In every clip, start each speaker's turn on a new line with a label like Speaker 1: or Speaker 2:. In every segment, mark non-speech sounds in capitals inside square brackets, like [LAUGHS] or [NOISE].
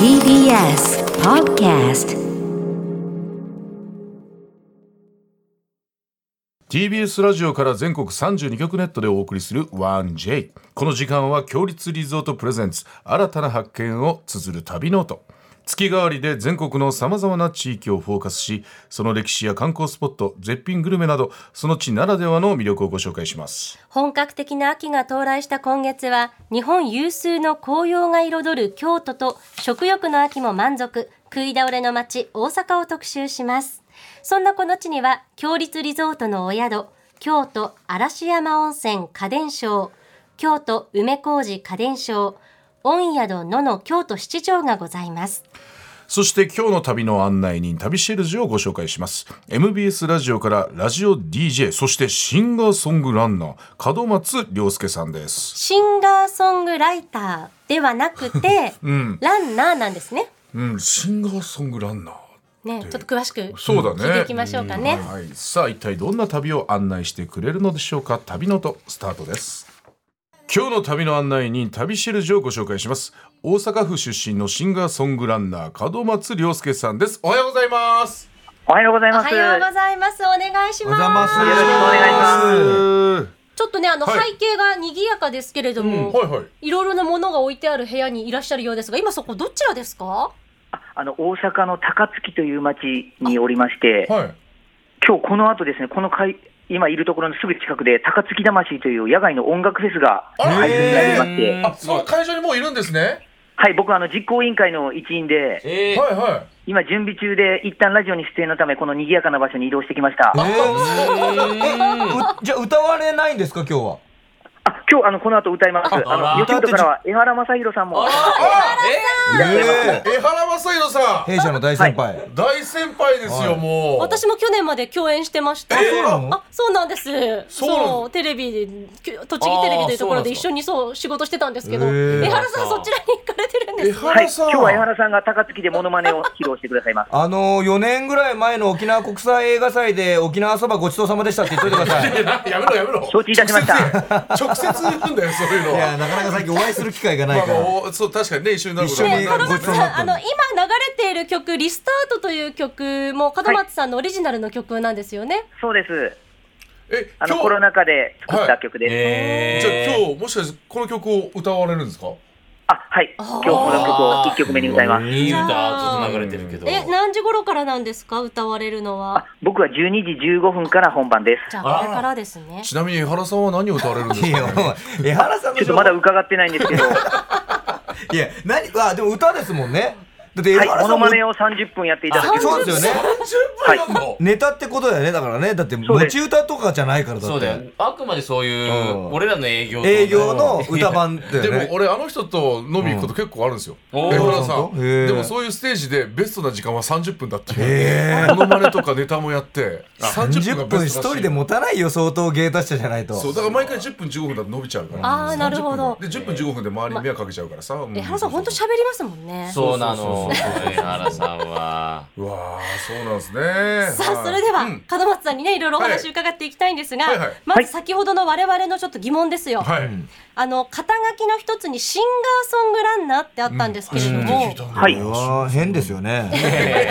Speaker 1: TBS Podcast
Speaker 2: TBS ラジオから全国32局ネットでお送りする 1J この時間は強立リゾートプレゼンツ新たな発見を綴る旅ノート月替わりで全国のさまざまな地域をフォーカスしその歴史や観光スポット絶品グルメなどその地ならではの魅力をご紹介します
Speaker 3: 本格的な秋が到来した今月は日本有数の紅葉が彩る京都と食欲の秋も満足食い倒れの街大阪を特集しますそんなこの地には強立リゾートのお宿京都嵐山温泉家電商京都梅小路家電商御宿野の京都七条がございます
Speaker 2: そして今日の旅の案内人、旅シェルジュをご紹介します。MBS ラジオからラジオ DJ、そしてシンガーソングランナー、門松良介さんです。
Speaker 3: シンガーソングライターではなくて、ランナーなんですね
Speaker 2: うん、シンガーソングランナ
Speaker 3: ね
Speaker 2: ー。
Speaker 3: ちょっと詳しく
Speaker 2: そうだね。
Speaker 3: 聞いていきましょうかね
Speaker 2: んはい。さあ、一体どんな旅を案内してくれるのでしょうか。旅の音、スタートです。今日の旅の案内人、旅シェルジュをご紹介します。大阪府出身のシンガーソングランナー、門松良介さんです。おはようございます。
Speaker 4: おはようござい
Speaker 3: お
Speaker 4: ます。
Speaker 3: はようございます。お願いし
Speaker 5: おはようございま
Speaker 3: ますす。
Speaker 4: よろしくお願
Speaker 2: いします。
Speaker 3: ちょっとね、あの、
Speaker 2: はい
Speaker 3: 背景が賑やかですけれども、
Speaker 2: はいはい。
Speaker 3: いろいろなものが置いてある部屋にいらっしゃるようですが、今そこどちらですか
Speaker 4: あの大阪の高槻という町におりまして、
Speaker 2: はい。
Speaker 4: 今日この後ですね、この会今いるところのすぐ近くで高槻魂という野外の音楽フェスが
Speaker 2: あ
Speaker 4: 開催されまし
Speaker 5: へ
Speaker 4: て
Speaker 5: ー、
Speaker 2: あ、その会場にもういるんですね。
Speaker 4: はい、僕はあの実行委員会の一員で、
Speaker 5: え
Speaker 2: はいは
Speaker 4: 今準備中で一旦ラジオに出演のためこの賑やかな場所に移動してきました。
Speaker 5: え [LAUGHS] じゃあ歌われないんですか今日は
Speaker 4: あ、今日あのこの後歌います。あ
Speaker 5: あら
Speaker 4: の吉本からは江原正宏さんも。
Speaker 5: え
Speaker 2: い。江原正宏さ
Speaker 5: 弊社の大先輩、
Speaker 2: ん、大先輩ですよ、
Speaker 5: はい
Speaker 2: もう。
Speaker 3: 私も去年まで共演してまして。
Speaker 5: そうなの
Speaker 3: あ、そうなんです。
Speaker 2: そうなの
Speaker 3: そう、テレビで、きょ栃木テレビというところで
Speaker 5: あーそうなんです
Speaker 3: 一
Speaker 5: か
Speaker 3: 緒にそう、仕事してたんですけど、
Speaker 5: へー
Speaker 3: 江原さんそちらに行かれてるん
Speaker 2: 江
Speaker 3: ですね。
Speaker 4: はい、
Speaker 2: 原さん。
Speaker 4: 今日は江原さんが高槻でモノマネを披露してくださいます。
Speaker 5: あの4年ぐらい前の沖縄国際映画祭で沖縄そばごちそうさまでしたって言っといてくだ
Speaker 4: [LAUGHS]
Speaker 5: さい
Speaker 2: [LAUGHS]
Speaker 5: い
Speaker 2: やめろやめろ。
Speaker 4: 承知いたしました
Speaker 2: 直接言え。直接言うんだよ、そういうの
Speaker 5: や
Speaker 2: は。
Speaker 5: なかなか最近お会いする機会がな
Speaker 2: ま
Speaker 5: い
Speaker 2: あ
Speaker 5: から、
Speaker 2: まあおそう、確かにね、一緒になることは
Speaker 5: 一緒
Speaker 2: ね
Speaker 5: に
Speaker 3: 門
Speaker 5: ご
Speaker 3: 松
Speaker 5: ちそう
Speaker 3: さ
Speaker 5: になっ
Speaker 3: ん、
Speaker 5: た
Speaker 3: あ
Speaker 5: んだ
Speaker 3: の、今流れている曲、リスタートという曲も、門松さんのオリジナルの曲なんですよね。
Speaker 4: そうです。
Speaker 2: え、
Speaker 4: あ
Speaker 2: 今
Speaker 4: のコロ
Speaker 2: 日、
Speaker 4: ナ禍で作った曲です。
Speaker 2: じゃあ今日、もしかしてこの曲を歌われるんですか
Speaker 4: あ、はい。今日この曲を1曲目に歌います。
Speaker 6: いい歌ずっと流れてるけど。
Speaker 3: え、何時頃からなんですか歌われるのは。
Speaker 4: 僕は12時15分から本番です。
Speaker 3: じゃあこれからですね。
Speaker 2: ちなみに江原さんは何を歌われるんですか
Speaker 5: いやお前江原さん
Speaker 4: ちょ
Speaker 5: の
Speaker 4: っとまだ伺ってないんですけど、はい
Speaker 5: や何あでも歌ですもんねだって江
Speaker 4: い、
Speaker 5: 原
Speaker 4: モ
Speaker 5: さ
Speaker 4: ノ
Speaker 5: んも、
Speaker 4: マネを30分やっていただき
Speaker 5: そうですよね
Speaker 2: 30分なんの
Speaker 5: ネタってことだよねだからねだって
Speaker 4: そう
Speaker 5: 持
Speaker 4: です
Speaker 5: ち歌とかじゃないからだって
Speaker 6: そうだよ。あくまでそういう、
Speaker 5: うん
Speaker 6: 俺らの営業と
Speaker 5: 営業の歌版だよ
Speaker 2: で
Speaker 5: ね
Speaker 2: も俺あの人と飲み行くこと結構あるんですよ、
Speaker 6: んおー
Speaker 2: 江原さ
Speaker 5: 本
Speaker 2: ん
Speaker 5: 当へー
Speaker 2: でもそういうステージでベストな時間は30分だって
Speaker 5: へ
Speaker 2: いうものまねとかネタもやって
Speaker 5: 30
Speaker 2: 30分が
Speaker 5: 分
Speaker 2: ベ
Speaker 5: 一
Speaker 2: ストらしい
Speaker 5: 人で持たないよ相当芸達者じゃないと
Speaker 2: そうだから毎回10分15分だと伸びちゃうから
Speaker 3: あーなるほど
Speaker 2: で10分15分で周りに迷惑かけちゃうからさもう
Speaker 3: え、原さん本当喋りますもんね。
Speaker 6: [LAUGHS] そうなの
Speaker 2: そうそうそう。
Speaker 6: 江原さんは。
Speaker 2: うわあそうなんですね
Speaker 3: さあ、
Speaker 2: い
Speaker 3: それでは、
Speaker 2: うん
Speaker 3: 門松さんにね、いろいろお
Speaker 2: は
Speaker 3: 話
Speaker 2: い
Speaker 3: 伺っていきたいんですが、
Speaker 2: はいはい
Speaker 3: まず先ほどの我々のちょっと疑問ですよ。
Speaker 2: はい、
Speaker 3: あの、肩書きの一つにシンガーソングランナーってあったんですけれども、
Speaker 2: 聞いたんだ
Speaker 4: はい
Speaker 5: これは変ですよね
Speaker 3: [LAUGHS]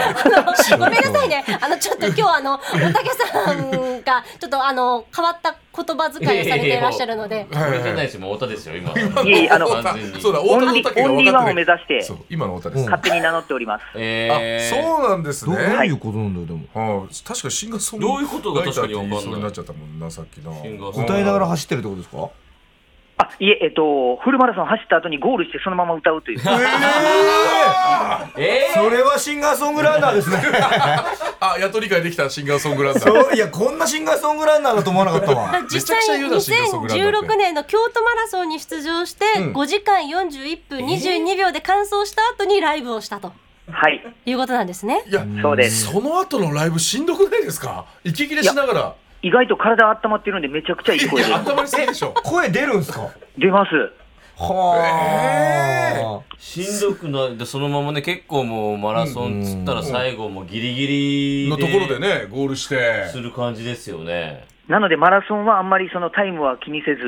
Speaker 3: ごめんなさいね。あの、ちょっと今日
Speaker 2: [LAUGHS]
Speaker 3: あの、おたけさんが、ちょっとあの、変わった言葉遣いをされていらっしゃるので、
Speaker 6: [LAUGHS] これじゃないですよ。もう太田ですよ、今。
Speaker 4: いえいえあの
Speaker 6: [LAUGHS] 完全に。
Speaker 2: そうだ
Speaker 4: オ
Speaker 2: 太
Speaker 4: ン
Speaker 2: 田
Speaker 4: リ
Speaker 2: の
Speaker 4: ー
Speaker 2: 竹
Speaker 4: オ
Speaker 2: が
Speaker 4: ンリ
Speaker 2: 分
Speaker 4: ー
Speaker 2: か
Speaker 4: ワ
Speaker 2: っ
Speaker 4: ンを
Speaker 2: て
Speaker 4: 目
Speaker 2: る
Speaker 4: 指して
Speaker 2: そう今の太田です、
Speaker 5: うん
Speaker 2: あ
Speaker 4: 勝手に名乗っております。
Speaker 6: えー。
Speaker 2: そうなんです
Speaker 5: ど
Speaker 2: ね
Speaker 5: うどういうことなんだよでも
Speaker 2: はあ、確かシンガーソング
Speaker 6: どういうことが確かに
Speaker 2: ライターって言いそうにな
Speaker 6: わかんない
Speaker 2: っちゃったもんなさっきな
Speaker 6: シンガーソング
Speaker 5: 歌いながら走ってるってことですか
Speaker 4: あ、いえ、えっと、フルマラソン走った後にゴールしてそのまま歌うという。
Speaker 6: え
Speaker 5: それはシンガーソングランナーですね
Speaker 2: あやっと理解できたシンガーソングランナー
Speaker 5: [LAUGHS] そういやこんなシンガーソングランナーだと思わなかったわ
Speaker 3: 実
Speaker 2: めちゃくちゃ
Speaker 3: 際に
Speaker 2: 言うなシンガーソングランナーって
Speaker 3: 2016年の京都マラソンに出場して、
Speaker 2: ん
Speaker 3: 5時間41分22秒で完走した後にライブをしたと
Speaker 4: はい、
Speaker 3: いうことなんですね。
Speaker 2: いや
Speaker 4: そうです。
Speaker 2: その後のライブしんどくないですか息切れしながら
Speaker 4: 意外と体温まってるんでめちゃくちゃいい声
Speaker 2: い
Speaker 4: で
Speaker 2: や頭にすぎでしょ
Speaker 5: 声出るんすか
Speaker 4: 出ます。
Speaker 5: は
Speaker 6: ーしんどくない。で、そのままね、結構もうマラソンっつったら最後もギリギリ。
Speaker 2: のところで。ねゴールして
Speaker 6: する感じですよね。
Speaker 4: なのでマラソンはあんまりそのタイムは気にせず、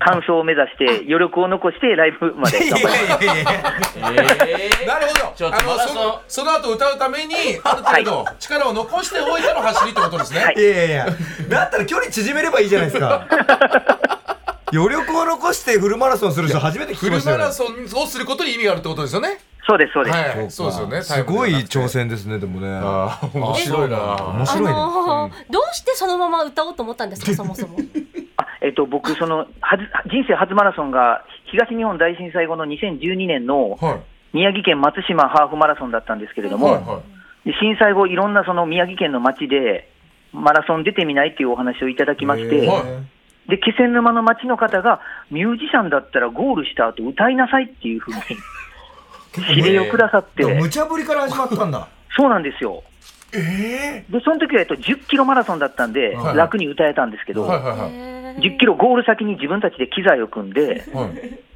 Speaker 4: 完走を目指して、余力を残してライブまで頑張りま
Speaker 5: い
Speaker 4: す
Speaker 5: やいやいやいや
Speaker 6: えー
Speaker 7: なるほ
Speaker 6: ちょ
Speaker 7: ど
Speaker 6: っと
Speaker 7: あの
Speaker 6: マ
Speaker 7: そ
Speaker 6: ラソン
Speaker 7: のその後歌うためにある程度力を残しておいての走りってことですね、
Speaker 5: いやいやいや、だったら距離縮めればいいじゃないですか。余力を残してフルマラソンする人初めて聞
Speaker 7: フ
Speaker 5: きま
Speaker 7: ル
Speaker 5: した
Speaker 7: マ
Speaker 5: よ、ね
Speaker 7: ラ。ソンをすることに意味があるってことですよね
Speaker 4: そうです、そうです。
Speaker 7: はいそうですよね
Speaker 5: すごい
Speaker 7: タイムでは
Speaker 5: 挑戦ですね、でもね。
Speaker 2: あー面白いな
Speaker 5: 面白いね。
Speaker 3: あのーどうしてそのまま歌おうと思ったんです
Speaker 5: [LAUGHS]
Speaker 3: か、そもそも。
Speaker 4: あえっと僕そのはじ、人生初マラソンが東日本大震災後の2012年の
Speaker 7: はい
Speaker 4: 宮城県松島ハーフマラソンだったんですけれども、
Speaker 7: はいは
Speaker 4: で震災後、いろんなその宮城県の町で、マラソン出てみないっていうお話をいただきまして、
Speaker 7: いは
Speaker 4: で気仙沼の町の方が、ミュージシャンだったらゴールした後歌いなさいっていうふうに
Speaker 7: [LAUGHS]
Speaker 4: 指令をくださって、
Speaker 5: 無茶ぶりから始まったんだ。
Speaker 4: そうなんですよ。でその時はえっと10キロマラソンだったんで、
Speaker 7: はい
Speaker 4: 楽に歌えたんですけど、
Speaker 7: いはいはいはい
Speaker 4: 10キロゴール先に自分たちで機材を組んで、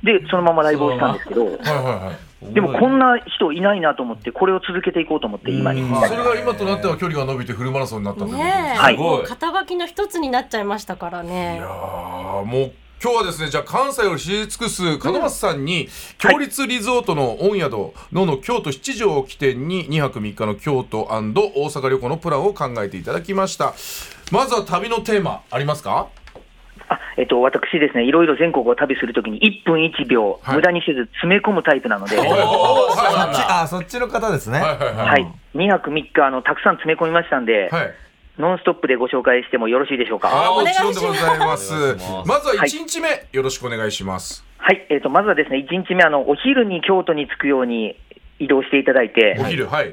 Speaker 4: でそのままライブをしたんですけど、
Speaker 7: はいはいはい
Speaker 4: でもこんな人いないなと思って、これを続けていこうと思って、今に。
Speaker 7: それが今となっては距離が伸びてフルマラソンになったということですね
Speaker 3: ねえ、
Speaker 4: はい
Speaker 3: もう肩書きの一つになっちゃいましたからね。
Speaker 2: あーもう今日はですねじゃあ関西を知り尽くす門松さんに強立リゾートの御宿のの京都七条を起点に2泊3日の京都大阪旅行のプランを考えていただきましたまずは旅のテーマありますか
Speaker 4: あえっと、私ですね、いろいろ全国を旅するときに、1分1秒、
Speaker 2: はい
Speaker 4: 無駄にせず詰め込むタイプなので、
Speaker 6: お
Speaker 4: は
Speaker 6: ーそうなんだ
Speaker 5: あ、そっちの方ですね。
Speaker 2: はいはいはい
Speaker 4: い、2泊3日あの、たくさん詰め込みましたんで、
Speaker 2: はい
Speaker 4: ノンストップでご紹介してもよろしいでしょうか。
Speaker 2: あー
Speaker 3: お
Speaker 2: も
Speaker 3: 願い
Speaker 2: ちろんでございます
Speaker 6: お願いします
Speaker 2: まずは1日目、よろしくお願いします
Speaker 4: はい、えっと、まずはですね、1日目あの、お昼に京都に着くように移動していただいて
Speaker 2: お、昼はい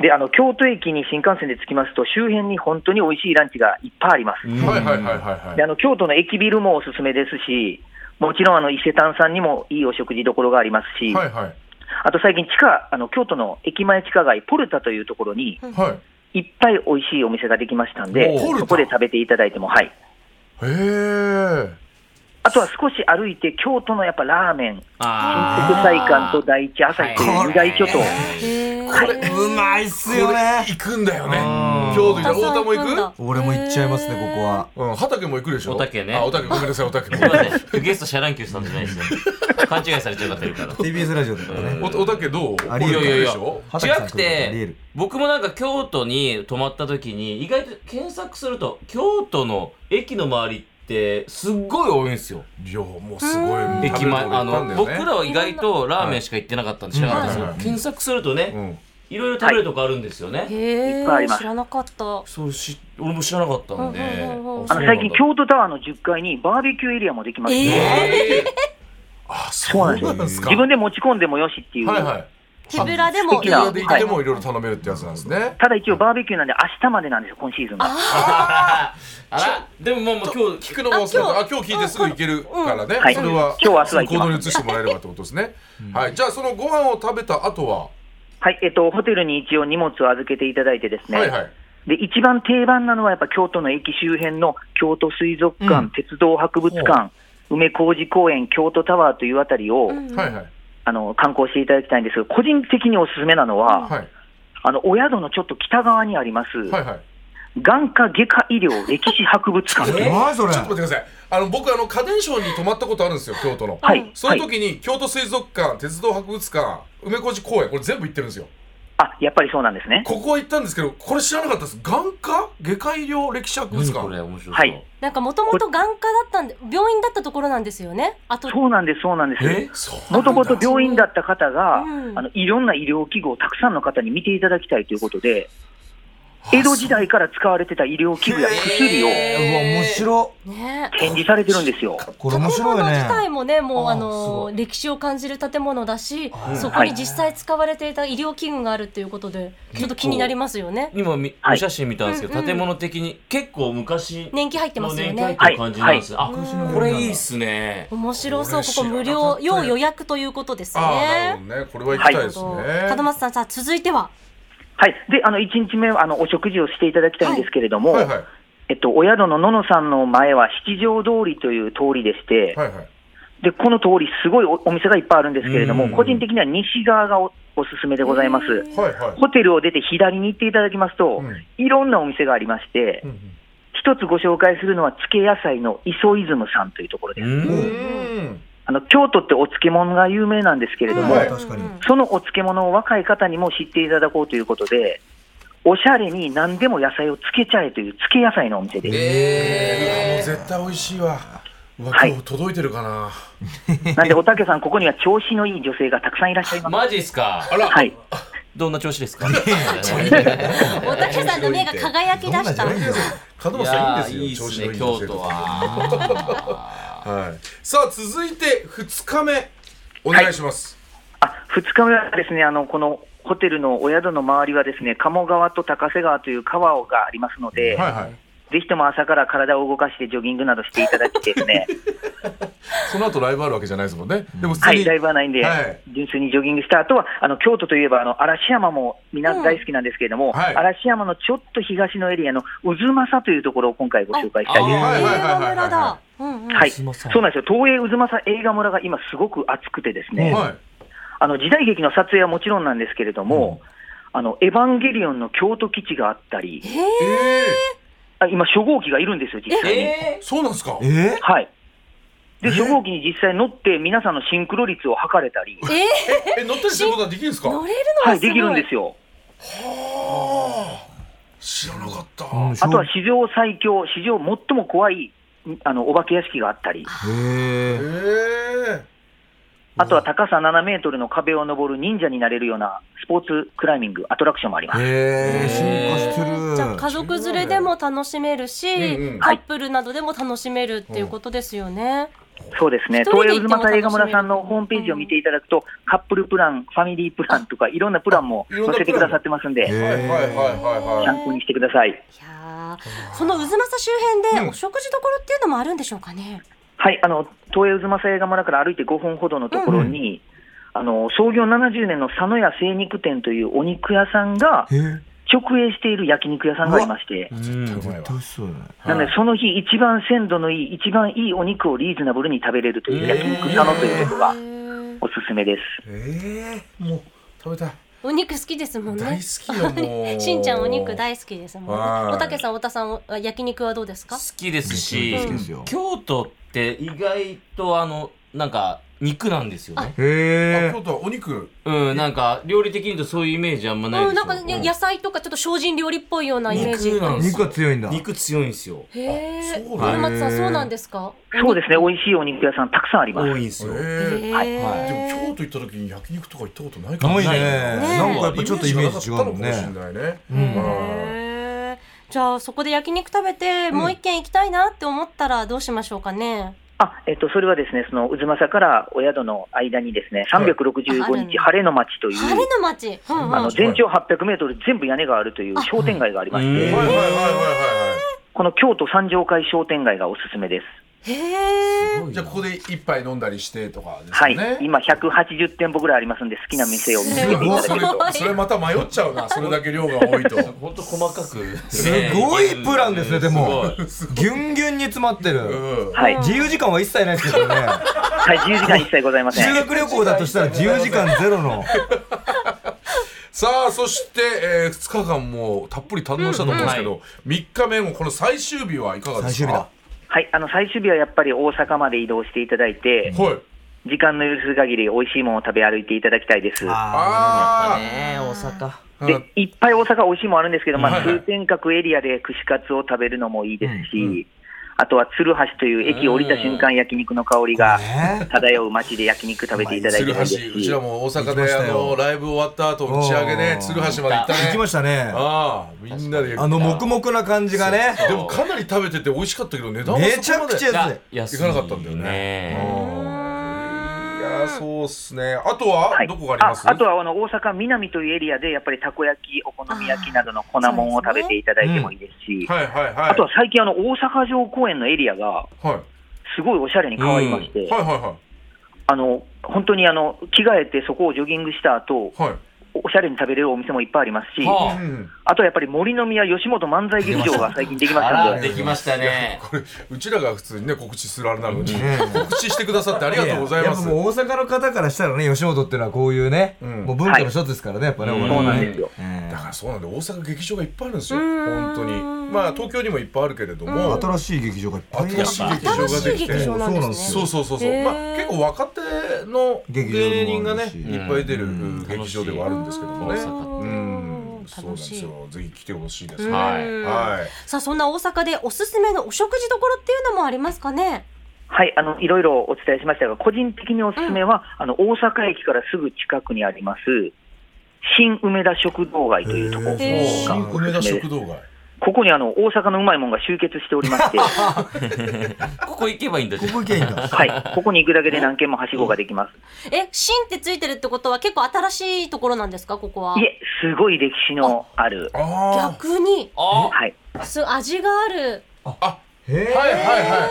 Speaker 4: であの京都駅に新幹線で着きますと、周辺に本当に美味しいランチがいっぱいあります。
Speaker 2: はいはいはいはい
Speaker 4: で
Speaker 2: はい
Speaker 4: あの京都の駅ビルもおすすめですし、もちろんあの伊勢丹さんにもいいお食事どころがありますし、
Speaker 2: はいはい
Speaker 4: あと最近地下、あの京都の駅前地下街、ポルタというところに、
Speaker 2: はい
Speaker 4: いっぱい美味しいお店ができましたんで、
Speaker 2: おう
Speaker 4: そこで食べていただいても、はい、
Speaker 2: へえ
Speaker 4: あとは少し歩いて、京都のやっぱラーメン、
Speaker 6: あ
Speaker 4: 国際館と第一朝日という二大巨頭、
Speaker 5: これ、うまいっすよね。
Speaker 2: 行くんだよね京都行ったら太田も行く
Speaker 5: 俺も行っちゃいますね、ここは。
Speaker 2: うん、畑も行くでしょ
Speaker 6: おたけね
Speaker 2: あ、おたけ、ごめんなさい、おた
Speaker 6: [LAUGHS]
Speaker 2: けも。
Speaker 6: ーゲストシャランキューさんじゃない
Speaker 4: [LAUGHS]
Speaker 6: ですよ勘違いされちゃうかってるから
Speaker 5: TBS ラジオだからね。
Speaker 2: おおたけどうこ
Speaker 5: あり
Speaker 2: れ
Speaker 5: え
Speaker 2: 行
Speaker 5: る
Speaker 2: く
Speaker 5: いやい
Speaker 2: で
Speaker 5: や
Speaker 2: しょ
Speaker 5: 畑さん
Speaker 6: 違
Speaker 5: 来
Speaker 6: く
Speaker 5: るからありえ
Speaker 6: て
Speaker 5: る
Speaker 6: 僕もなんか京都に泊まった時に意外と検索すると京都の駅の周りってすっごい多いんですよ
Speaker 2: いや、もうすごい。
Speaker 6: 駅前あ
Speaker 2: の、
Speaker 6: の僕ら
Speaker 2: は。
Speaker 6: は意外とラーメンしか行ってなかったんで知らなかったんですけど
Speaker 2: うん
Speaker 6: 検索すると
Speaker 2: う
Speaker 6: ね
Speaker 2: ん。
Speaker 6: いろいろ食べるとこあるんですよね
Speaker 4: い
Speaker 3: へ
Speaker 4: っぱいあり
Speaker 3: え、
Speaker 4: ます
Speaker 3: 知らなかった。
Speaker 6: そうし俺も知らなかったんで
Speaker 3: うんうんうんうん
Speaker 4: あ
Speaker 6: あそ
Speaker 4: の最
Speaker 6: うなんだ
Speaker 4: 近、京都タワーの10階にバーベキューエリアもできます
Speaker 3: え
Speaker 4: ね、
Speaker 2: あ、そうなんですか。
Speaker 4: 自分で持ち込んでもよしっていう、
Speaker 2: はいはい。
Speaker 3: 手ぶらで
Speaker 4: 素
Speaker 3: もい
Speaker 4: 敵
Speaker 3: い
Speaker 4: な
Speaker 2: で行ってもいろいろ頼めるってやつなんですね。
Speaker 4: ただ一応、バーベキューなんで、明日までなんですよ、今シーズンが。
Speaker 6: あらでもまあまあ今日
Speaker 2: 聞くのも忘れた。
Speaker 3: あ
Speaker 2: あ、今日聞いてすぐ行けるからね
Speaker 4: は。い
Speaker 2: それは、
Speaker 4: 今日明日は行き
Speaker 2: 行
Speaker 4: ます
Speaker 2: 動に移してもらえればってことですね。はい。じゃあ、そのご飯を食べた後は、
Speaker 4: はい、えっと、ホテルに一応荷物を預けていただいてですね、
Speaker 2: はいはい。
Speaker 4: で一番定番なのは、やっぱ京都の駅周辺の京都水族館、鉄道博物館、梅小路公園、京都タワーというあたりを、
Speaker 2: はいはい。
Speaker 4: あの観光していただきたいんですが、個人的におすすめなのは、
Speaker 2: はい。
Speaker 4: あのお宿のちょっと北側にあります、
Speaker 2: はいはい。
Speaker 4: 眼科外科医療歴史博物館
Speaker 2: [LAUGHS]
Speaker 4: という
Speaker 5: 何それ
Speaker 2: ちょっと待ってください。あの、僕、あの、家電商に泊まったことあるんですよ、京都の。
Speaker 4: はい、
Speaker 2: その
Speaker 4: はい、
Speaker 2: 時に京都水族館、鉄道博物館、梅小路公園、これ全部行ってるんですよ。
Speaker 4: あやっぱりそうなんですね。
Speaker 2: ここは行ったんですけど、これ知らなかったです。眼科外科医療歴史博物
Speaker 6: 何これ
Speaker 2: 館。
Speaker 6: 面白そう
Speaker 4: はい
Speaker 3: なんかもともと眼科だったんで、病院だったところなんですよね。あと、
Speaker 4: そうなんです、そうなんです。
Speaker 2: そう
Speaker 4: もともと病院だった方が、
Speaker 3: うん
Speaker 4: あのいろんな医療器具をたくさんの方に見ていただきたいということで、江戸時代から使われてた医療器具や薬を
Speaker 5: うわ、面白。
Speaker 3: ね。
Speaker 4: 展示されてるんですよ。
Speaker 5: これ面白い
Speaker 3: 建物自
Speaker 5: ね。
Speaker 3: 体もね、もう
Speaker 5: あー
Speaker 3: あ
Speaker 5: すご
Speaker 3: の
Speaker 5: い
Speaker 3: 歴史を感じる建物だし、そこに実際使われていた医療器具があるということで、ちょっと気になりますよね。
Speaker 6: 今み
Speaker 4: はい
Speaker 6: お写真見たんですけど、
Speaker 3: うんうん
Speaker 6: 建物的に結構昔
Speaker 3: 年季入ってま
Speaker 6: の
Speaker 3: すよ
Speaker 6: 年
Speaker 3: ね
Speaker 6: 季。入ってる感じなんです、
Speaker 5: いはい
Speaker 6: あこれいいっすね
Speaker 3: 面白そう、
Speaker 2: こ
Speaker 3: こ
Speaker 2: れ
Speaker 3: こ無料、
Speaker 2: 知らなかったよ
Speaker 3: 要予約ということです
Speaker 2: ああ、なる
Speaker 3: ね。
Speaker 2: ほどね。これは行きたいですね。
Speaker 3: 門松さん、さあ、続いては。
Speaker 4: はい、であの1日目はあのお食事をしていただきたいんですけれども、
Speaker 2: はいはい。
Speaker 4: えっと、お宿のののさんの前は七条通りという通りでして、
Speaker 2: はいはい。
Speaker 4: でこの通り、すごいおお店がいっぱいあるんですけれども、
Speaker 2: うん
Speaker 4: 個人的には西側がおおすすめでございます。
Speaker 2: はいはい。
Speaker 4: ホテルを出て左に行っていただきますと、
Speaker 2: うん
Speaker 4: いろんなお店がありまして、一つご紹介するのは、漬け野菜の磯イズムさんというところです。
Speaker 6: うん。
Speaker 8: ん。
Speaker 4: あの京都ってお漬物が有名なんですけれども、
Speaker 8: はい
Speaker 5: 確かに
Speaker 4: そのお漬物を若い方にも知っていただこうということで、おしゃれに何でも野菜を漬けちゃえという漬け野菜のお店です。
Speaker 2: えー、もう絶対美味しいわ。うわ、
Speaker 4: はい
Speaker 2: 今日届いてるか
Speaker 4: [LAUGHS]
Speaker 2: な。
Speaker 4: なんで、おたけさん、ここには調子のいい女性がたくさんいらっしゃいます。
Speaker 6: マジっすか
Speaker 2: あら、
Speaker 4: はい、
Speaker 6: どんな調子ですか
Speaker 3: おたけさんの目が輝き出した。
Speaker 2: 門
Speaker 6: い
Speaker 2: 松
Speaker 6: や
Speaker 2: さん
Speaker 6: ー
Speaker 2: いいん
Speaker 6: いい
Speaker 2: で
Speaker 6: っ
Speaker 2: すよ。調
Speaker 6: す
Speaker 2: 子
Speaker 6: ね
Speaker 2: のいい女
Speaker 6: 京
Speaker 2: 性
Speaker 6: 都
Speaker 2: と。
Speaker 6: は
Speaker 2: はい。さあ続いて二日目お願いします。
Speaker 4: あ2日目はですね、あのこのホテルのお宿の周りはですね、鴨川と高瀬川という川がありますので、
Speaker 8: はいはい。
Speaker 4: ぜひとも朝から体を動かしてジョギングなどしていただきですね、
Speaker 8: その後ライブあるわけじゃないですもんね。でも普
Speaker 4: は
Speaker 8: 通
Speaker 4: い、
Speaker 8: に。
Speaker 4: ライブはないんで、
Speaker 8: はい
Speaker 4: 純粋にジョギングした後は、あの京都といえばあの嵐山も皆大好きなんですけれども、
Speaker 8: はい
Speaker 4: 嵐山のちょっと東のエリアの渦政というところを今回ご紹介したいです。
Speaker 8: はいはいはいはい
Speaker 3: 村だ。うんうん。
Speaker 4: はい、
Speaker 6: 渦
Speaker 4: そうなんです
Speaker 6: 政
Speaker 4: よ東映渦政映画村が今、すごく熱くてですね、
Speaker 8: はい。
Speaker 4: あの時代劇の撮影はもちろんなんですけれども、あのエヴァンゲリオンの京都基地があったり、
Speaker 8: ええ
Speaker 4: あ今、初号機がいるんですよ、実
Speaker 6: い
Speaker 4: 際に。
Speaker 6: え
Speaker 2: そうなんですか。
Speaker 5: え
Speaker 4: はいで初号機に実際乗って、皆さんのシンクロ率を測れたり、
Speaker 3: えー、
Speaker 2: え乗ったりすることはできるんですか。
Speaker 3: 乗れるの
Speaker 4: は、
Speaker 3: はいすごい。
Speaker 4: できるんですよ。
Speaker 2: 知らなかった。
Speaker 4: あとは史上最強、史上最も怖いあのお化け屋敷があったり、
Speaker 2: え
Speaker 5: え
Speaker 2: え
Speaker 4: あとは高さ7メートルの壁を登る忍者になれるようなスポーツクライミング、アトラクションもあります。
Speaker 5: え
Speaker 6: ー
Speaker 3: じゃあ家族連れでも楽しめるし、
Speaker 2: うんうん
Speaker 3: カップルなどでも楽しめるっていうことですよね。
Speaker 4: そうですね、
Speaker 3: 一人
Speaker 4: 東
Speaker 3: で
Speaker 4: 映
Speaker 3: 行って
Speaker 4: 渦
Speaker 3: も楽しめる
Speaker 4: 政映画村さんのホームページを見ていただくと、カップルプラン、ファミリープランとか、いろんなプランも
Speaker 2: いろんな
Speaker 4: 載せてくださってますんで、
Speaker 2: はいはいはいはいはい。
Speaker 4: 参考にしてください。
Speaker 3: いやーその渦政周辺でお食事どころっていうのもあるんでしょうかね。
Speaker 4: はい、あの東映渦政映画村から歩いて5分ほどのところに、あの創業70年の佐野屋精肉店というお肉屋さんが
Speaker 5: え
Speaker 4: 直営している焼肉屋さんがありまして。
Speaker 6: ーうん
Speaker 5: 絶対美味しそうだね
Speaker 4: なので、その日、一番鮮度のいい、一番いいお肉をリーズナブルに食べれるという焼肉佐野ということがおすすめです。
Speaker 2: ええもう食べたい。
Speaker 3: お肉好きですもんね。
Speaker 2: 大好
Speaker 3: [LAUGHS]
Speaker 2: きよもう
Speaker 3: しんちゃんお肉大好きですもん
Speaker 2: は
Speaker 3: ね。
Speaker 2: い
Speaker 3: おたけさん、おたさん、お焼肉はどうですか
Speaker 6: 好。きですし
Speaker 5: 好きですよ
Speaker 6: 京都って意外とあのなんか肉なんですよね
Speaker 5: へ
Speaker 2: あ
Speaker 5: え
Speaker 2: 京都はお肉。
Speaker 6: うんなんか料理的に言うとそういうイメージあんまない
Speaker 3: うん、
Speaker 6: でし
Speaker 3: な
Speaker 6: ょ
Speaker 3: んか、ね野菜とかちょっと精進料理っぽいようなイメージ。
Speaker 6: 肉なんです
Speaker 5: 肉
Speaker 6: よ
Speaker 5: は強いんだ
Speaker 6: 肉強いんですよ
Speaker 3: へえ。
Speaker 2: そう
Speaker 6: だ
Speaker 3: 古松さん、そうなんですか。
Speaker 4: そうですね、美味しいお肉屋さんたくさんありま
Speaker 6: 多
Speaker 4: す。
Speaker 6: いんですよ
Speaker 2: ええ
Speaker 3: へ
Speaker 6: はい
Speaker 2: でも
Speaker 3: え。
Speaker 2: 京都行った時に焼肉とか行ったことないか
Speaker 5: な
Speaker 2: も
Speaker 5: いね
Speaker 3: ね
Speaker 5: なんかやっぱちょっとイメージ違うもん
Speaker 2: イメージ
Speaker 5: ね
Speaker 2: なかったのかもしれないね。うん
Speaker 3: へーじゃあそこで焼肉食べてもう一軒行きたいなって思ったらどうしましょうかね。
Speaker 4: あ、えっと、それはですね、その渦政からお宿の間にですね、365日晴れの町とい
Speaker 3: 晴れ
Speaker 4: う、
Speaker 3: の町。うんうん
Speaker 4: あの全長800メートル全部屋根があるという商店街がありまし
Speaker 2: はいはい
Speaker 4: て、
Speaker 2: はいはいは
Speaker 4: この京都三条会商店街がおすすめです。
Speaker 3: へえ。
Speaker 2: い。じゃあここで一杯飲んだりしてとかです
Speaker 4: は
Speaker 2: か
Speaker 4: い
Speaker 2: ね。、
Speaker 4: 今180店舗ぐらいありますんで、好きな店を見つけていただける
Speaker 3: すご
Speaker 4: と
Speaker 3: い。
Speaker 2: それまた迷っちゃうな。それだけ量が多いと。
Speaker 6: ほんと細かく
Speaker 5: すごいプランですねでも
Speaker 6: すごい
Speaker 5: ギュンギュンに詰まって
Speaker 2: う
Speaker 5: る
Speaker 2: ん。
Speaker 4: はい、
Speaker 5: 自由時間は一切ないですけどね
Speaker 4: はい、自由時間一切ございません
Speaker 5: 修。学旅行だとしたら自由時間ゼロの
Speaker 2: さあそして、え2日間もうたっぷり堪能したと思うんですけど、3日目もこの最終日はいかがで
Speaker 5: 最
Speaker 2: す
Speaker 5: 終日だ
Speaker 2: か
Speaker 4: はい、あの最終日はやっぱり大阪まで移動していただいて、
Speaker 2: はい
Speaker 4: 時間の許す限り美味しいものを食べ歩いていただきたいです。
Speaker 2: あ
Speaker 6: ねえ大阪
Speaker 2: あ
Speaker 4: で、いっぱい大阪美味しいものあるんですけど、ま
Speaker 2: は
Speaker 4: あ、
Speaker 2: いはい
Speaker 4: 通天閣エリアで串カツを食べるのもいいですし、あとは鶴橋という駅を降りた瞬間焼肉の香りが
Speaker 5: ね
Speaker 4: 漂う街で焼肉食べていただいて
Speaker 2: 鶴
Speaker 4: もいいです
Speaker 2: 橋うち
Speaker 4: し
Speaker 2: ら、も大阪
Speaker 5: 行きま
Speaker 2: で
Speaker 5: し
Speaker 2: あ
Speaker 5: たよ
Speaker 2: のライブ終わった後打ち上げね
Speaker 5: おー
Speaker 2: 鶴橋まで行ったね
Speaker 5: 行きましたね
Speaker 2: ああみんなで
Speaker 5: あの黙々な感じがね
Speaker 2: でもかなり食べてて美味しかったけど値段は
Speaker 5: めち
Speaker 2: そ
Speaker 5: ゃ
Speaker 2: こま
Speaker 5: く
Speaker 2: で
Speaker 5: ちゃ安い
Speaker 6: 安い
Speaker 2: 行かなかったんだよねいやーそうっすねあとは、
Speaker 4: はい
Speaker 2: どこがあり
Speaker 4: あ
Speaker 2: ます
Speaker 4: あとはあの大阪南というエリアで、やっぱりたこ焼き、お好み焼きなどの粉もんを食べていただいてもいいですし、
Speaker 2: はいはいはい
Speaker 4: あとは最近あの、大阪城公園のエリアが、
Speaker 2: はい
Speaker 4: すごいおしゃれに変わりまして、
Speaker 2: はいはいは
Speaker 4: あの本当にあの着替えてそこをジョギングした後
Speaker 2: いはい
Speaker 4: おおしゃれに食べれるお店もいっぱいありますし、
Speaker 6: は
Speaker 4: あとはやっぱり森の宮吉本漫才劇場が最近できまし
Speaker 6: あ
Speaker 4: た
Speaker 6: あ
Speaker 4: の
Speaker 6: ら
Speaker 4: で、
Speaker 6: できましたね
Speaker 2: これうちらが普通にね告知するあれなのに告知してくださってありがとうございます
Speaker 5: やっぱもう大阪の方からしたらね、吉本ってのはこういうね、
Speaker 2: ん
Speaker 5: もう文化の一つですからね、やっぱね、
Speaker 6: はい
Speaker 5: お笑
Speaker 4: そうな
Speaker 5: い
Speaker 4: ん
Speaker 5: ね
Speaker 4: ですよ。
Speaker 5: え
Speaker 2: だ
Speaker 5: ー
Speaker 2: からそうなんで大阪劇場がいっぱいあるんですよ
Speaker 3: ん
Speaker 2: 本当にまあ東京にもいっぱいあるけれども
Speaker 5: 新しい劇場がいっぱい
Speaker 2: 新しい劇場ができて
Speaker 3: 新しい劇場なんですね
Speaker 2: そうそうそうそう
Speaker 3: へー
Speaker 2: まあ結構若手の
Speaker 5: 劇
Speaker 2: 芸
Speaker 5: 場
Speaker 2: 人
Speaker 5: も
Speaker 2: が
Speaker 5: あ
Speaker 2: ね
Speaker 5: るし
Speaker 2: いっぱい出る
Speaker 6: うん
Speaker 2: 劇場ではあるんですけども
Speaker 6: 楽
Speaker 2: ね
Speaker 6: しい大阪
Speaker 2: うんそうなん
Speaker 3: 楽
Speaker 2: で
Speaker 3: しい
Speaker 2: すよぜひ来てほしいです
Speaker 3: うん
Speaker 2: ね
Speaker 6: はい
Speaker 2: はい
Speaker 3: さあそんな大阪でおすすめのお食事どころっていうのもありますかね
Speaker 4: はい、あの、いろいろお伝えしましたが、個人的におすすめは、あの、大阪駅からすぐ近くにあります、新梅田食堂街というところ
Speaker 3: へー
Speaker 4: が
Speaker 2: 新
Speaker 4: お
Speaker 2: 梅
Speaker 4: す
Speaker 2: 田
Speaker 4: すめで
Speaker 2: 食
Speaker 4: す。
Speaker 2: 堂街
Speaker 4: ここにあの、大阪のうまいもんが集結しておりまして、は
Speaker 6: ここ行けばいいんだじゃん
Speaker 5: こ行けばいいんだ。
Speaker 4: い、ここに行くだけで何軒もはしごができます。
Speaker 3: え新ってついてるってことは結構新しいところなんですかここはい
Speaker 4: え、すごい歴史のある、
Speaker 2: あ
Speaker 3: 逆に
Speaker 6: あ
Speaker 4: はい、
Speaker 3: す味がある
Speaker 2: ああ
Speaker 5: へえ
Speaker 2: はいはいはい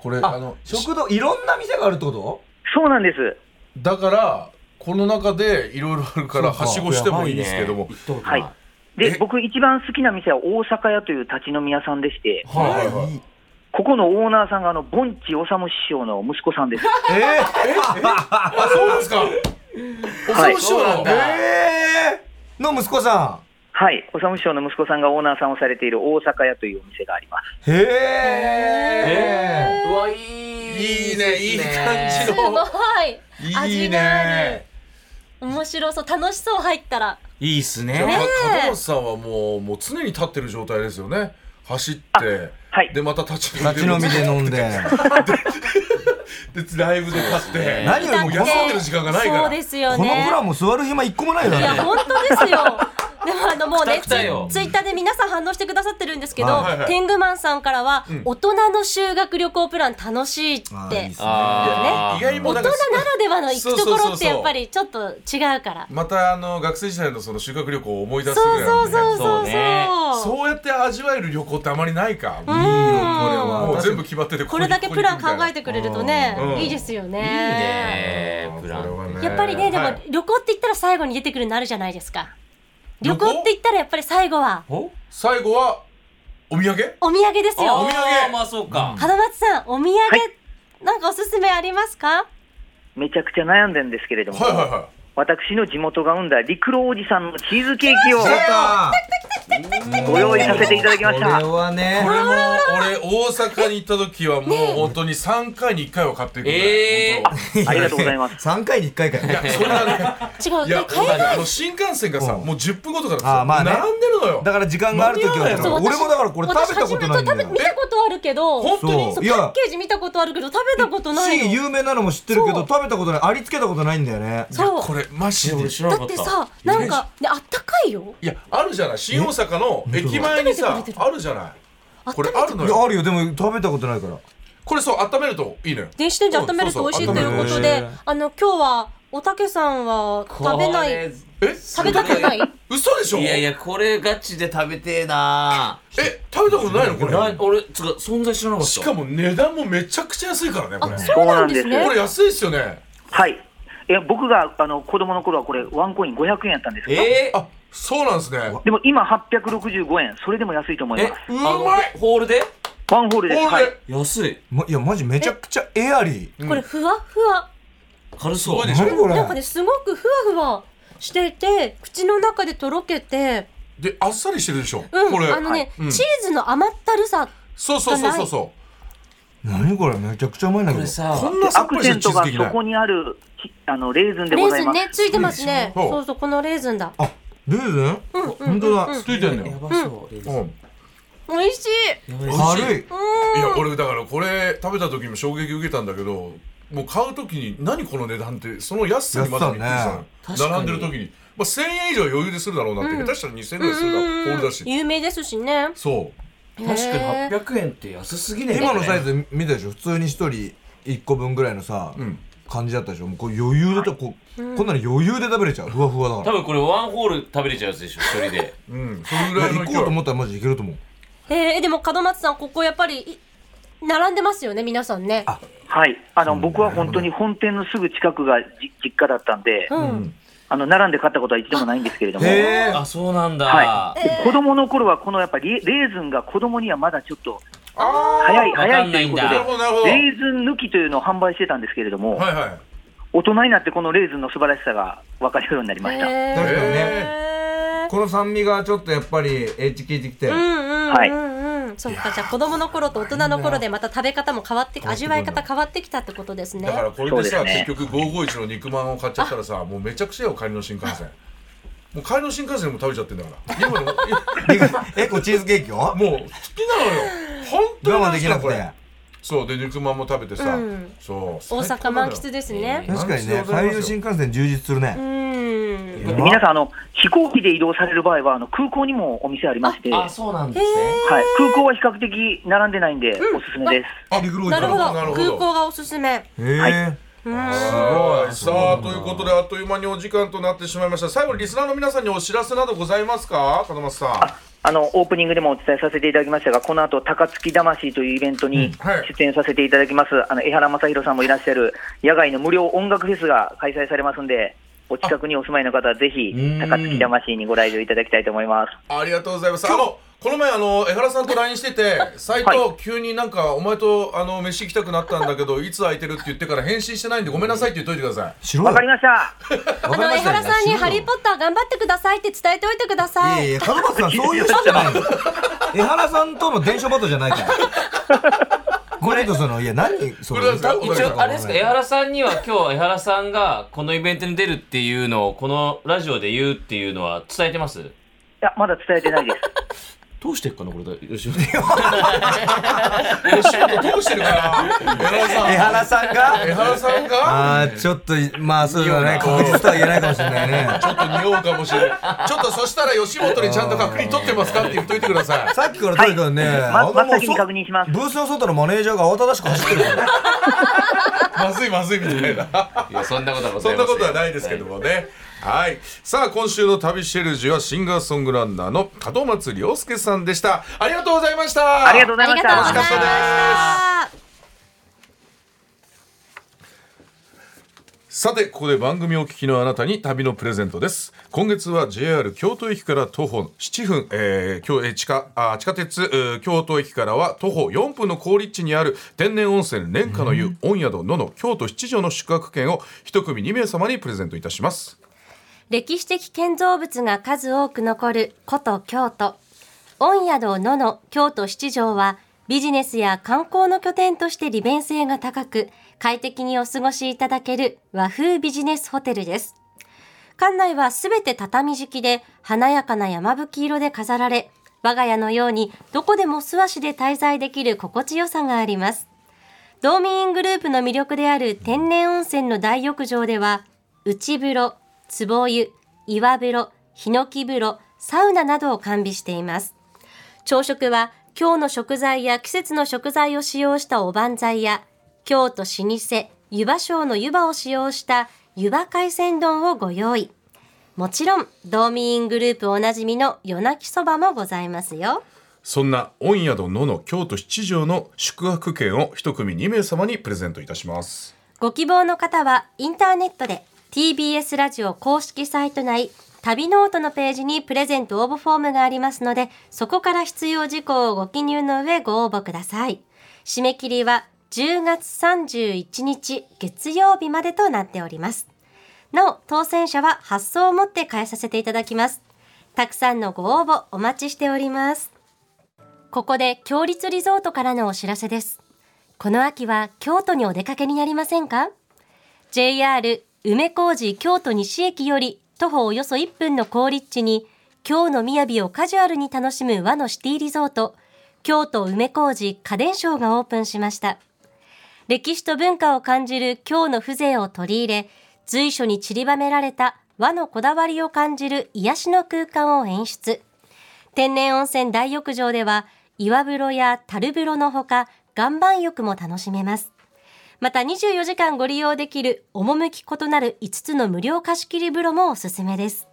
Speaker 2: これ
Speaker 5: あ
Speaker 2: あの
Speaker 5: 食堂、いろんな店があるってこと
Speaker 4: そうなんです。
Speaker 2: だからこの中でいろいろあるから
Speaker 5: そうか
Speaker 2: はしごしてもいいんですけども
Speaker 6: 行ったことな
Speaker 4: はいい
Speaker 6: は
Speaker 4: で
Speaker 2: え、
Speaker 4: 僕一番好きな店は大阪屋という立ち飲み屋さんでして、
Speaker 2: はいはいはい
Speaker 4: ここのオーナーさんがあの、盆地治師匠の息子さんです。
Speaker 5: え
Speaker 2: あそうですか
Speaker 4: は
Speaker 2: 恐
Speaker 4: い
Speaker 2: ろしい
Speaker 6: そうなん
Speaker 5: ー、
Speaker 6: だ
Speaker 2: な
Speaker 5: えー、の息子さ
Speaker 4: はい、治師匠の息子さんがオーナーさんをされている大阪屋というお店があります。
Speaker 5: ん。へえ
Speaker 6: えーうわい
Speaker 2: い
Speaker 6: い
Speaker 2: いねいい感じ
Speaker 3: すご
Speaker 2: の
Speaker 3: い
Speaker 2: いい
Speaker 3: 味がある
Speaker 2: ね
Speaker 3: 面白そう楽しそう入ったら
Speaker 6: いいっす
Speaker 2: じゃあ
Speaker 6: ね
Speaker 2: 門松さんはもうもう常に立ってる状態ですよね走って、
Speaker 4: はい
Speaker 2: でまた立ち飲み
Speaker 5: ー。立ち飲みで飲んで。
Speaker 2: [LAUGHS] でライブで立って、
Speaker 6: ね
Speaker 5: 何より
Speaker 3: だ
Speaker 5: も
Speaker 3: って
Speaker 2: 休んでる時間がないから
Speaker 3: そうですよ
Speaker 5: この
Speaker 3: ね
Speaker 5: プランも座る暇一個もないよ
Speaker 3: いや
Speaker 5: ね。
Speaker 3: 本当ですよ。でもあのもうね
Speaker 6: く
Speaker 3: ツ
Speaker 6: たくたよ
Speaker 3: イツイッターで皆さん反応してくださってるんですけど、
Speaker 5: はい
Speaker 2: はいはい
Speaker 3: 天狗マンさんからは、
Speaker 2: ん
Speaker 3: 大人の修学旅行プラン楽しいって。
Speaker 5: あーいいっすね
Speaker 6: あー
Speaker 2: 意外にも
Speaker 3: 大
Speaker 2: なん
Speaker 3: 人な
Speaker 2: から
Speaker 3: ではの行くと
Speaker 2: そう
Speaker 3: こ
Speaker 2: そ
Speaker 3: ろ
Speaker 2: うそ
Speaker 3: っ
Speaker 2: うそ
Speaker 3: て
Speaker 2: う
Speaker 3: やっぱりちょっと違うから。
Speaker 2: またあの学生時代のその修学旅行を思い出す
Speaker 3: そう
Speaker 2: ぐら
Speaker 3: そ
Speaker 2: いうのね
Speaker 3: そうそう
Speaker 6: そうね
Speaker 3: そう。
Speaker 2: そうやって味わえる旅行ってあまりないか、
Speaker 3: うん
Speaker 2: もう全部決まってて
Speaker 3: これだけプラン考えて
Speaker 2: く
Speaker 3: くれるとね
Speaker 2: うん、
Speaker 3: いいですよね。
Speaker 6: いいねプラ
Speaker 2: これは
Speaker 6: ン
Speaker 2: ね
Speaker 3: やっぱりね、で
Speaker 2: は
Speaker 3: も
Speaker 2: い
Speaker 3: 旅行って言ったら最後に出てくるのあるじゃないですか。旅
Speaker 2: 旅行
Speaker 3: 行って言ったらやっぱり最後は
Speaker 6: お
Speaker 2: 最後はお土産
Speaker 3: お土産です
Speaker 6: あ
Speaker 3: よ。
Speaker 6: お土産まあそうか
Speaker 3: 門松さん、お土産、
Speaker 4: い
Speaker 3: なんかおすすめありますか
Speaker 4: めちゃくちゃ悩んでんですけれども、
Speaker 2: はいはいは
Speaker 4: 私の地元が生んだ陸路おじさんのチーズケーキ
Speaker 5: [LAUGHS]
Speaker 4: を
Speaker 5: やった
Speaker 4: ご用意させていただきまし
Speaker 5: こ
Speaker 4: た
Speaker 5: れ。はね
Speaker 2: いこれも俺大阪に行った時はもう本当に3回に1回は買っていくぐらい
Speaker 6: えー
Speaker 2: 本当
Speaker 4: ありがとうございます
Speaker 5: [LAUGHS] す3回に1回かよ
Speaker 2: いや [LAUGHS] それがね
Speaker 3: 違う、
Speaker 2: い
Speaker 3: ね
Speaker 2: や、
Speaker 3: 海
Speaker 2: あ
Speaker 3: 外
Speaker 2: の新幹線がさ、
Speaker 5: うん
Speaker 2: もう10分後とかだ
Speaker 5: あーまあね
Speaker 2: さ並んでるのよ
Speaker 5: だから時間がある時は
Speaker 2: 飲み屋だよ
Speaker 5: 俺もだからこれ食べたことないん
Speaker 3: 私初
Speaker 5: だ
Speaker 3: めて
Speaker 5: よ
Speaker 3: 食べ見たことあるけど、
Speaker 2: 本当に
Speaker 5: そ
Speaker 3: そうう
Speaker 5: い
Speaker 3: パッ
Speaker 5: や
Speaker 3: ケージ見たことあるけど食べたことない
Speaker 5: し
Speaker 3: の。
Speaker 5: 有名なのも知ってるけ
Speaker 3: そ
Speaker 5: ど
Speaker 3: う
Speaker 5: 食べたことないありつけたことないんだよね
Speaker 3: そう。
Speaker 2: これマジで
Speaker 6: 俺
Speaker 2: い
Speaker 6: 知らな
Speaker 3: だ
Speaker 6: か
Speaker 3: っ
Speaker 6: ってた
Speaker 3: さ、なんかねあったかいよ。
Speaker 2: やあるじゃない新大阪の駅前に
Speaker 3: 温め
Speaker 2: さ
Speaker 3: てくれてる
Speaker 2: あるじゃないこれあるの
Speaker 5: いや
Speaker 2: よ
Speaker 5: あるよでも食べたことないから
Speaker 2: これそう温めるといいのよ
Speaker 3: 電子レンジ温めると美味しいということで、あの今日はおたけさんは食べな
Speaker 6: こ
Speaker 3: い
Speaker 6: れ
Speaker 2: え
Speaker 3: 食べたくない。
Speaker 2: 嘘でしょ
Speaker 6: いやいやこれガチで食べてえな
Speaker 2: え食べたことないのこ
Speaker 6: な
Speaker 2: れ
Speaker 6: 俺つうか存在知らなかった
Speaker 2: しかも値段もめちゃくちゃ安いからねこれ
Speaker 3: あ、そうなんです
Speaker 4: そう
Speaker 3: ね
Speaker 2: こ。れ安いっすよね
Speaker 4: はい。いや僕があの子供の頃はこれワンコイン500円やったんですけど、
Speaker 6: えー、
Speaker 2: あそうなんですねホ
Speaker 4: でも今865円、それでも安いと思い
Speaker 6: え
Speaker 4: ます。
Speaker 6: あのホールで
Speaker 4: ワンホールです。
Speaker 2: ー
Speaker 4: は
Speaker 2: ル
Speaker 4: い
Speaker 2: で。
Speaker 6: 安い
Speaker 5: まいやマジめちゃくちゃエアリー
Speaker 3: これふわふわ。
Speaker 6: 軽そう
Speaker 2: すごいでしょ
Speaker 5: 何これ
Speaker 3: なんかねすごくふわふわしていて口の中でとろけて、
Speaker 2: であっさりしてるでしょ
Speaker 3: うん、
Speaker 2: これ
Speaker 3: あのね、
Speaker 2: うん
Speaker 3: チーズの甘ったるさ。
Speaker 2: そうそうそうそうそう
Speaker 5: 何これめちゃくちゃうまいんだけ
Speaker 6: こ
Speaker 5: ど
Speaker 6: れさ
Speaker 2: こんなさ
Speaker 4: ア
Speaker 2: っぱ
Speaker 4: ク
Speaker 2: りし
Speaker 4: セ
Speaker 2: た
Speaker 4: ン
Speaker 2: チ
Speaker 4: ト
Speaker 2: ーズ
Speaker 4: が
Speaker 2: でき
Speaker 4: そ
Speaker 2: ない
Speaker 4: こにあるちあのレーズンで
Speaker 3: レ
Speaker 4: ご
Speaker 3: ー
Speaker 4: ざい
Speaker 3: ズン
Speaker 4: ます。
Speaker 3: ねついてますね。
Speaker 2: そう
Speaker 3: そうそうこのレーズンだ。
Speaker 5: あレー
Speaker 3: うん
Speaker 5: ズン
Speaker 3: うんうん
Speaker 5: 本当
Speaker 2: つ
Speaker 5: だ
Speaker 2: いてんの
Speaker 6: や
Speaker 2: よ
Speaker 6: ばそう、レーズン
Speaker 2: うん
Speaker 3: 美味しい。
Speaker 6: やばい
Speaker 5: 軽い
Speaker 2: いや俺だからこれ食べた時も衝撃受けたんだけどもう買う時に何この値段ってその安さにまだびっくりした
Speaker 6: 安
Speaker 2: の
Speaker 6: さね
Speaker 2: 並んでる時に、まあ、1000円以上余裕でするだろうなって、下手したら2000円ぐらいするだろうホールだし
Speaker 3: 有名ですしね。
Speaker 2: そう
Speaker 6: 確か
Speaker 3: へ
Speaker 6: に800円って安すぎねえ
Speaker 5: 今のサイズ見たでしょ普通に一人1個分ぐらいのさ
Speaker 2: ん
Speaker 5: 感じだったでしょもうこれ余裕でたこうこんなの余裕で食べれちゃうふわふわだから
Speaker 6: 多分これワンホール食べれちゃうやつでしょ一人で
Speaker 2: うんそれぐ
Speaker 5: い
Speaker 2: ら
Speaker 5: や
Speaker 2: いの
Speaker 5: 行
Speaker 2: 勢
Speaker 5: こ
Speaker 2: いう
Speaker 5: と思ったらマジで行けると思う
Speaker 3: えー、でも門松さんここやっぱりい並んでますよね皆さんね。
Speaker 4: はい。あの僕は本当に本店のすぐ近くがじ実家だったんで、
Speaker 3: うん。
Speaker 4: あの並んで買ったことは一度もないんですけれども、
Speaker 5: へえ。
Speaker 6: [LAUGHS] あ、そうなんだ。
Speaker 4: はで子供の頃はこのやっぱりレーズンが子供にはまだちょっと
Speaker 2: あ
Speaker 4: 早い
Speaker 6: わか
Speaker 4: 早
Speaker 6: ん
Speaker 4: い
Speaker 6: な
Speaker 4: と
Speaker 6: い
Speaker 4: い
Speaker 6: ん
Speaker 4: う
Speaker 6: だ
Speaker 4: こと
Speaker 2: あな
Speaker 4: で
Speaker 2: るほどなるほどは
Speaker 4: レーズン抜きというのを販売してたんですけれども、
Speaker 2: いはい
Speaker 4: 大人になってこのレーズンの素晴らしさが分かるようになりました。
Speaker 5: 確かにね。
Speaker 3: へー
Speaker 5: この酸味がちょっとやっぱりエッジ効いてきて。
Speaker 3: うんうん
Speaker 4: はい
Speaker 3: うんうん。そっか、じゃあ子供の頃と大人の頃でまた食べ方も変わって、味わい方変わってきたってことですね
Speaker 2: だ。からこれで
Speaker 4: そ
Speaker 2: さ
Speaker 4: うですね
Speaker 2: 結局551の肉まんを買っちゃったらさもうめちゃくちゃよ帰りの新幹線もう帰りの新幹線でも食べちゃってんだから今でも
Speaker 5: え、これチーズケーキを
Speaker 2: もう好きなのよ本当に
Speaker 5: 我
Speaker 2: 大
Speaker 5: 慢で
Speaker 2: 好き
Speaker 5: きなく
Speaker 2: これ
Speaker 5: て。
Speaker 2: そうで肉まんも食べてさ、
Speaker 3: うん
Speaker 2: そう
Speaker 3: 大阪満喫
Speaker 2: で
Speaker 3: ですね。
Speaker 5: 確かにね、
Speaker 2: 満喫でござい
Speaker 5: 海
Speaker 2: ますよ
Speaker 5: 流新幹線充実する
Speaker 3: う
Speaker 5: ね。
Speaker 3: ん。
Speaker 4: で皆さんあの、飛行機で移動される場合はあの空港にもお店ありまして、は
Speaker 6: あ、
Speaker 4: い、
Speaker 6: そうなんですね。
Speaker 4: 空港は比較的並んでないんで、おすすめです。
Speaker 2: あ
Speaker 3: なるほど
Speaker 2: なる。ほ
Speaker 3: 空
Speaker 2: ど
Speaker 3: 港がおすすめ。
Speaker 5: へえ。
Speaker 2: すごいさあということであっという間にお時間となってしまいました最後にリスナーの皆さんにお知らせなどございますか門松さん
Speaker 4: あのオープニングでもお伝えさせていただきましたが、この後高槻魂というイベントに
Speaker 2: はい
Speaker 4: 出演させていただきます、あの江原正宏さんもいらっしゃる野外の無料音楽フェスが開催されますんで、お近くにお住まいの方はぜひ、高槻魂にご来場いただきたいと思います。
Speaker 2: ありがとうございますあのこの前あの江原さんと LINE してて斎藤、急になんかお前とあの飯行きたくなったんだけどい [LAUGHS] つ空いてるって言ってから返信してないんでごめんなさいって言っといてください
Speaker 5: 白い。
Speaker 4: わかりました。
Speaker 5: わ
Speaker 3: あ
Speaker 5: かり
Speaker 3: の
Speaker 5: ま
Speaker 3: 江
Speaker 5: した
Speaker 3: 原さんにハリーポッター頑張ってくださいって伝えておいてくださ
Speaker 5: いやい
Speaker 3: い。
Speaker 5: や、門松さん、そういう人じゃないの。江原さんとの伝承バトルじゃないから。これとその、いや、何、そ
Speaker 2: これ
Speaker 5: の、
Speaker 2: なんですか
Speaker 5: 歌って
Speaker 6: 一
Speaker 5: た
Speaker 6: 応、あれですか、江原さんには今日、江原さんがこのイベントに出るっていうのを、このラジオで言うっていうのは伝えてます
Speaker 4: いや、まだ伝えてな
Speaker 2: [LAUGHS]
Speaker 4: いです。
Speaker 6: どうしてっかな、これ、吉
Speaker 2: 仕事どうしてるかな [LAUGHS] 江原さん
Speaker 5: 江原さん
Speaker 2: 江
Speaker 5: が。
Speaker 2: 原さんが
Speaker 5: あー、ちょっと、まあ、そうだね。確実とは言えないかもしれないね。
Speaker 2: ちょっと匂うかもしれないちょっとそしたら吉本にちゃんと確認取ってますかって言っといてください
Speaker 5: さっきからとにかくね、
Speaker 4: ま
Speaker 5: あのも
Speaker 4: 真
Speaker 5: う
Speaker 4: っ先に確認します
Speaker 5: ブースの外のマネージャーが慌ただしく走ってるからね。
Speaker 2: まずいまずいみたいない
Speaker 6: や、そんなことはござ
Speaker 2: そ
Speaker 6: い
Speaker 2: ん
Speaker 6: ま
Speaker 2: な
Speaker 6: せ
Speaker 2: ことはないですけどもね。はい。さあ、今週の旅シェルジュはシンガーソングランナーの門松良介さんでした。ありがとうございました。
Speaker 4: ありがとうご
Speaker 3: あ
Speaker 4: ざいま
Speaker 3: りが
Speaker 4: し
Speaker 3: とうござい
Speaker 4: た
Speaker 3: ま。した。
Speaker 2: さて、ここで番組をお聞きのあなたに旅のプレゼントです。今月は JR 京都駅から徒歩7分、えー、京えー地下あー地下鉄、えー京都駅からは徒歩4分の好立地にある天然温泉蓮華の湯、御宿のの京都七条の宿泊券を一組2名様にプレゼントいたします。
Speaker 3: 歴史的建造物が数多く残る古都京都。御宿野の京都七条はビジネスや観光の拠点として利便性が高く、快適にお過ごしいただける和風ビジネスホテルです。館内はすべて畳敷きで華やかな山吹色で飾られ、我が家のようにどこでも素足で滞在できる心地よさがあります。道民グループの魅力である天然温泉の大浴場では、内風呂、壺湯、岩風呂、ヒノキ風呂、サウナなどを完備しています。朝食は今日の食材や季節の食材を使用したおばんざいや、京都老舗湯葉省の湯葉を使用した湯葉海鮮丼をご用意。もちろん、道民グループおなじみの夜泣きそばもございますよ。
Speaker 2: そんな御宿のの京都七条の宿泊券を一組2名様にプレゼントいたします。
Speaker 3: ご希望の方はインターネットで TBS ラジオ公式サイト内旅ノートのページにプレゼント応募フォームがありますのでそこから必要事項をご記入の上ご応募ください締め切りは10月31日月曜日までとなっておりますなお当選者は発送をもって返させていただきますたくさんのご応募お待ちしておりますここで強立リゾートからのお知らせですこの秋は京都にお出かけになりませんか JR 梅小路京都西駅より徒歩およそ1分の好立地に京の雅をカジュアルに楽しむ和のシティリゾート京都梅小路家電商がオープンしました歴史と文化を感じる京の風情を取り入れ随所に散りばめられた和のこだわりを感じる癒しの空間を演出天然温泉大浴場では岩風呂や樽風呂のほか岩盤浴も楽しめますまた24時間ご利用できる趣異なる5つの無料貸し切り風呂もおすすめです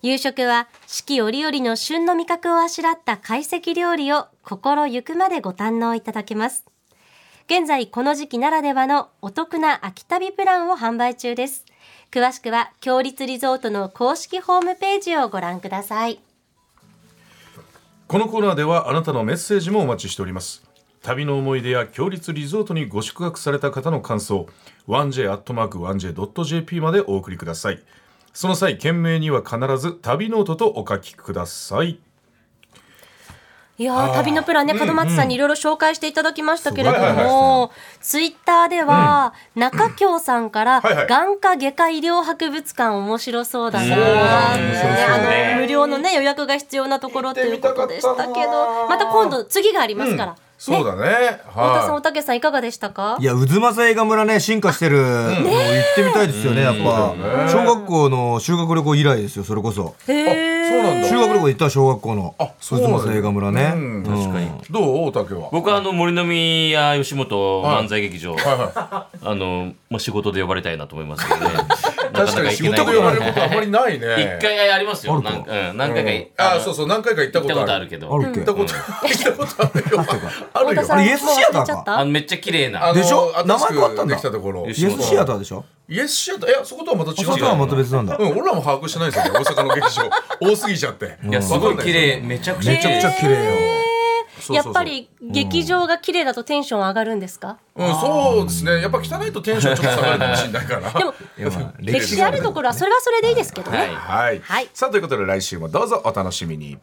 Speaker 3: 夕食は四季折々の旬の味覚をあしらった懐石料理を心ゆくまでご堪能いただけます現在この時期ならではのお得な秋旅プランを販売中です詳しくは強立リゾートの公式ホームページをご覧ください
Speaker 2: このコーナーではあなたのメッセージもお待ちしております旅の思い出や強立リゾートにご宿泊された方の感想 1j.1j.jp までお送りくださいその際件名には必ず旅ノートとお書きください
Speaker 3: いやー旅のプランね、門松さんにいろいろ紹介していただきましたけれど
Speaker 2: すごい
Speaker 3: も、ツイッターでは、中京さんから、
Speaker 2: はいはい
Speaker 3: 眼科外科医療博物館面白そうだな
Speaker 6: そ
Speaker 3: ー
Speaker 6: う
Speaker 3: って、
Speaker 6: そうそう
Speaker 3: あの無料のね予約が必要なところということでした
Speaker 5: 行ってみ
Speaker 3: け
Speaker 5: たかった
Speaker 3: ど、
Speaker 5: な
Speaker 3: また今度次がありますから。
Speaker 2: そうだね
Speaker 3: 太田さん、お
Speaker 2: は
Speaker 3: たけさんいかがでしたか
Speaker 5: い？や、渦政映画村ね、進化してる。もう行ってみたいですよね、やっぱ。小学校の修学旅行以来ですよ、それこそ。
Speaker 3: へ
Speaker 2: い
Speaker 3: え。
Speaker 2: そうなんだ
Speaker 5: 修学旅行で行った小学校の。
Speaker 2: あそう
Speaker 5: 渦
Speaker 2: なんだ
Speaker 5: 政映画村
Speaker 2: うん
Speaker 5: ね。
Speaker 6: 確かに。
Speaker 2: どう大竹は
Speaker 6: 僕はあの森の宮吉本
Speaker 2: はい
Speaker 6: 漫才劇場、
Speaker 2: はいは
Speaker 6: あのまあ仕事で呼ばれたいなと思いますけ
Speaker 2: [LAUGHS]
Speaker 6: どね。
Speaker 2: い確かに仕事で呼ばれることはあまりないね
Speaker 6: 一回あります
Speaker 5: あ
Speaker 6: よ。なん
Speaker 5: るか
Speaker 6: うん何回か。
Speaker 2: ああそうそう何回か行った
Speaker 6: 行っ
Speaker 2: こと
Speaker 6: た
Speaker 2: あ
Speaker 6: こ
Speaker 2: る
Speaker 6: とあるけど。
Speaker 5: あるっけ
Speaker 2: 行ったことある行ったことあるよある
Speaker 3: 太田
Speaker 2: よ
Speaker 3: さ
Speaker 5: あ
Speaker 3: ん
Speaker 5: れイエスシアターか
Speaker 3: もう忘れちゃっ
Speaker 6: あ
Speaker 3: た
Speaker 6: のめっちゃ綺麗な。
Speaker 2: あの
Speaker 5: でしょ
Speaker 2: 新しく
Speaker 5: 名前変わったんだ
Speaker 2: できたところ
Speaker 5: イエスシアターでしょ
Speaker 2: イエスシアターいやそことはまた違
Speaker 5: あ
Speaker 2: う
Speaker 5: そこはまた別なんだ
Speaker 2: う。ん、俺らも把握してないですよね、大阪の劇
Speaker 6: [LAUGHS]
Speaker 2: 場。多すぎちゃって。
Speaker 6: いやすごい綺麗めちゃくちゃ
Speaker 5: めちゃくちゃ綺麗よ。
Speaker 2: そうそうそう
Speaker 3: やっぱり劇場が綺麗だとテンション上がるんですか？
Speaker 2: うん、そうですね。やっぱ汚いとテンションちょっと下がるかもしれないから。
Speaker 3: [LAUGHS] でも歴史あるところはそれはそれでいいですけどね。
Speaker 6: はい。
Speaker 2: はい、
Speaker 3: はい
Speaker 2: さあ、ということで来週もどうぞお楽しみに。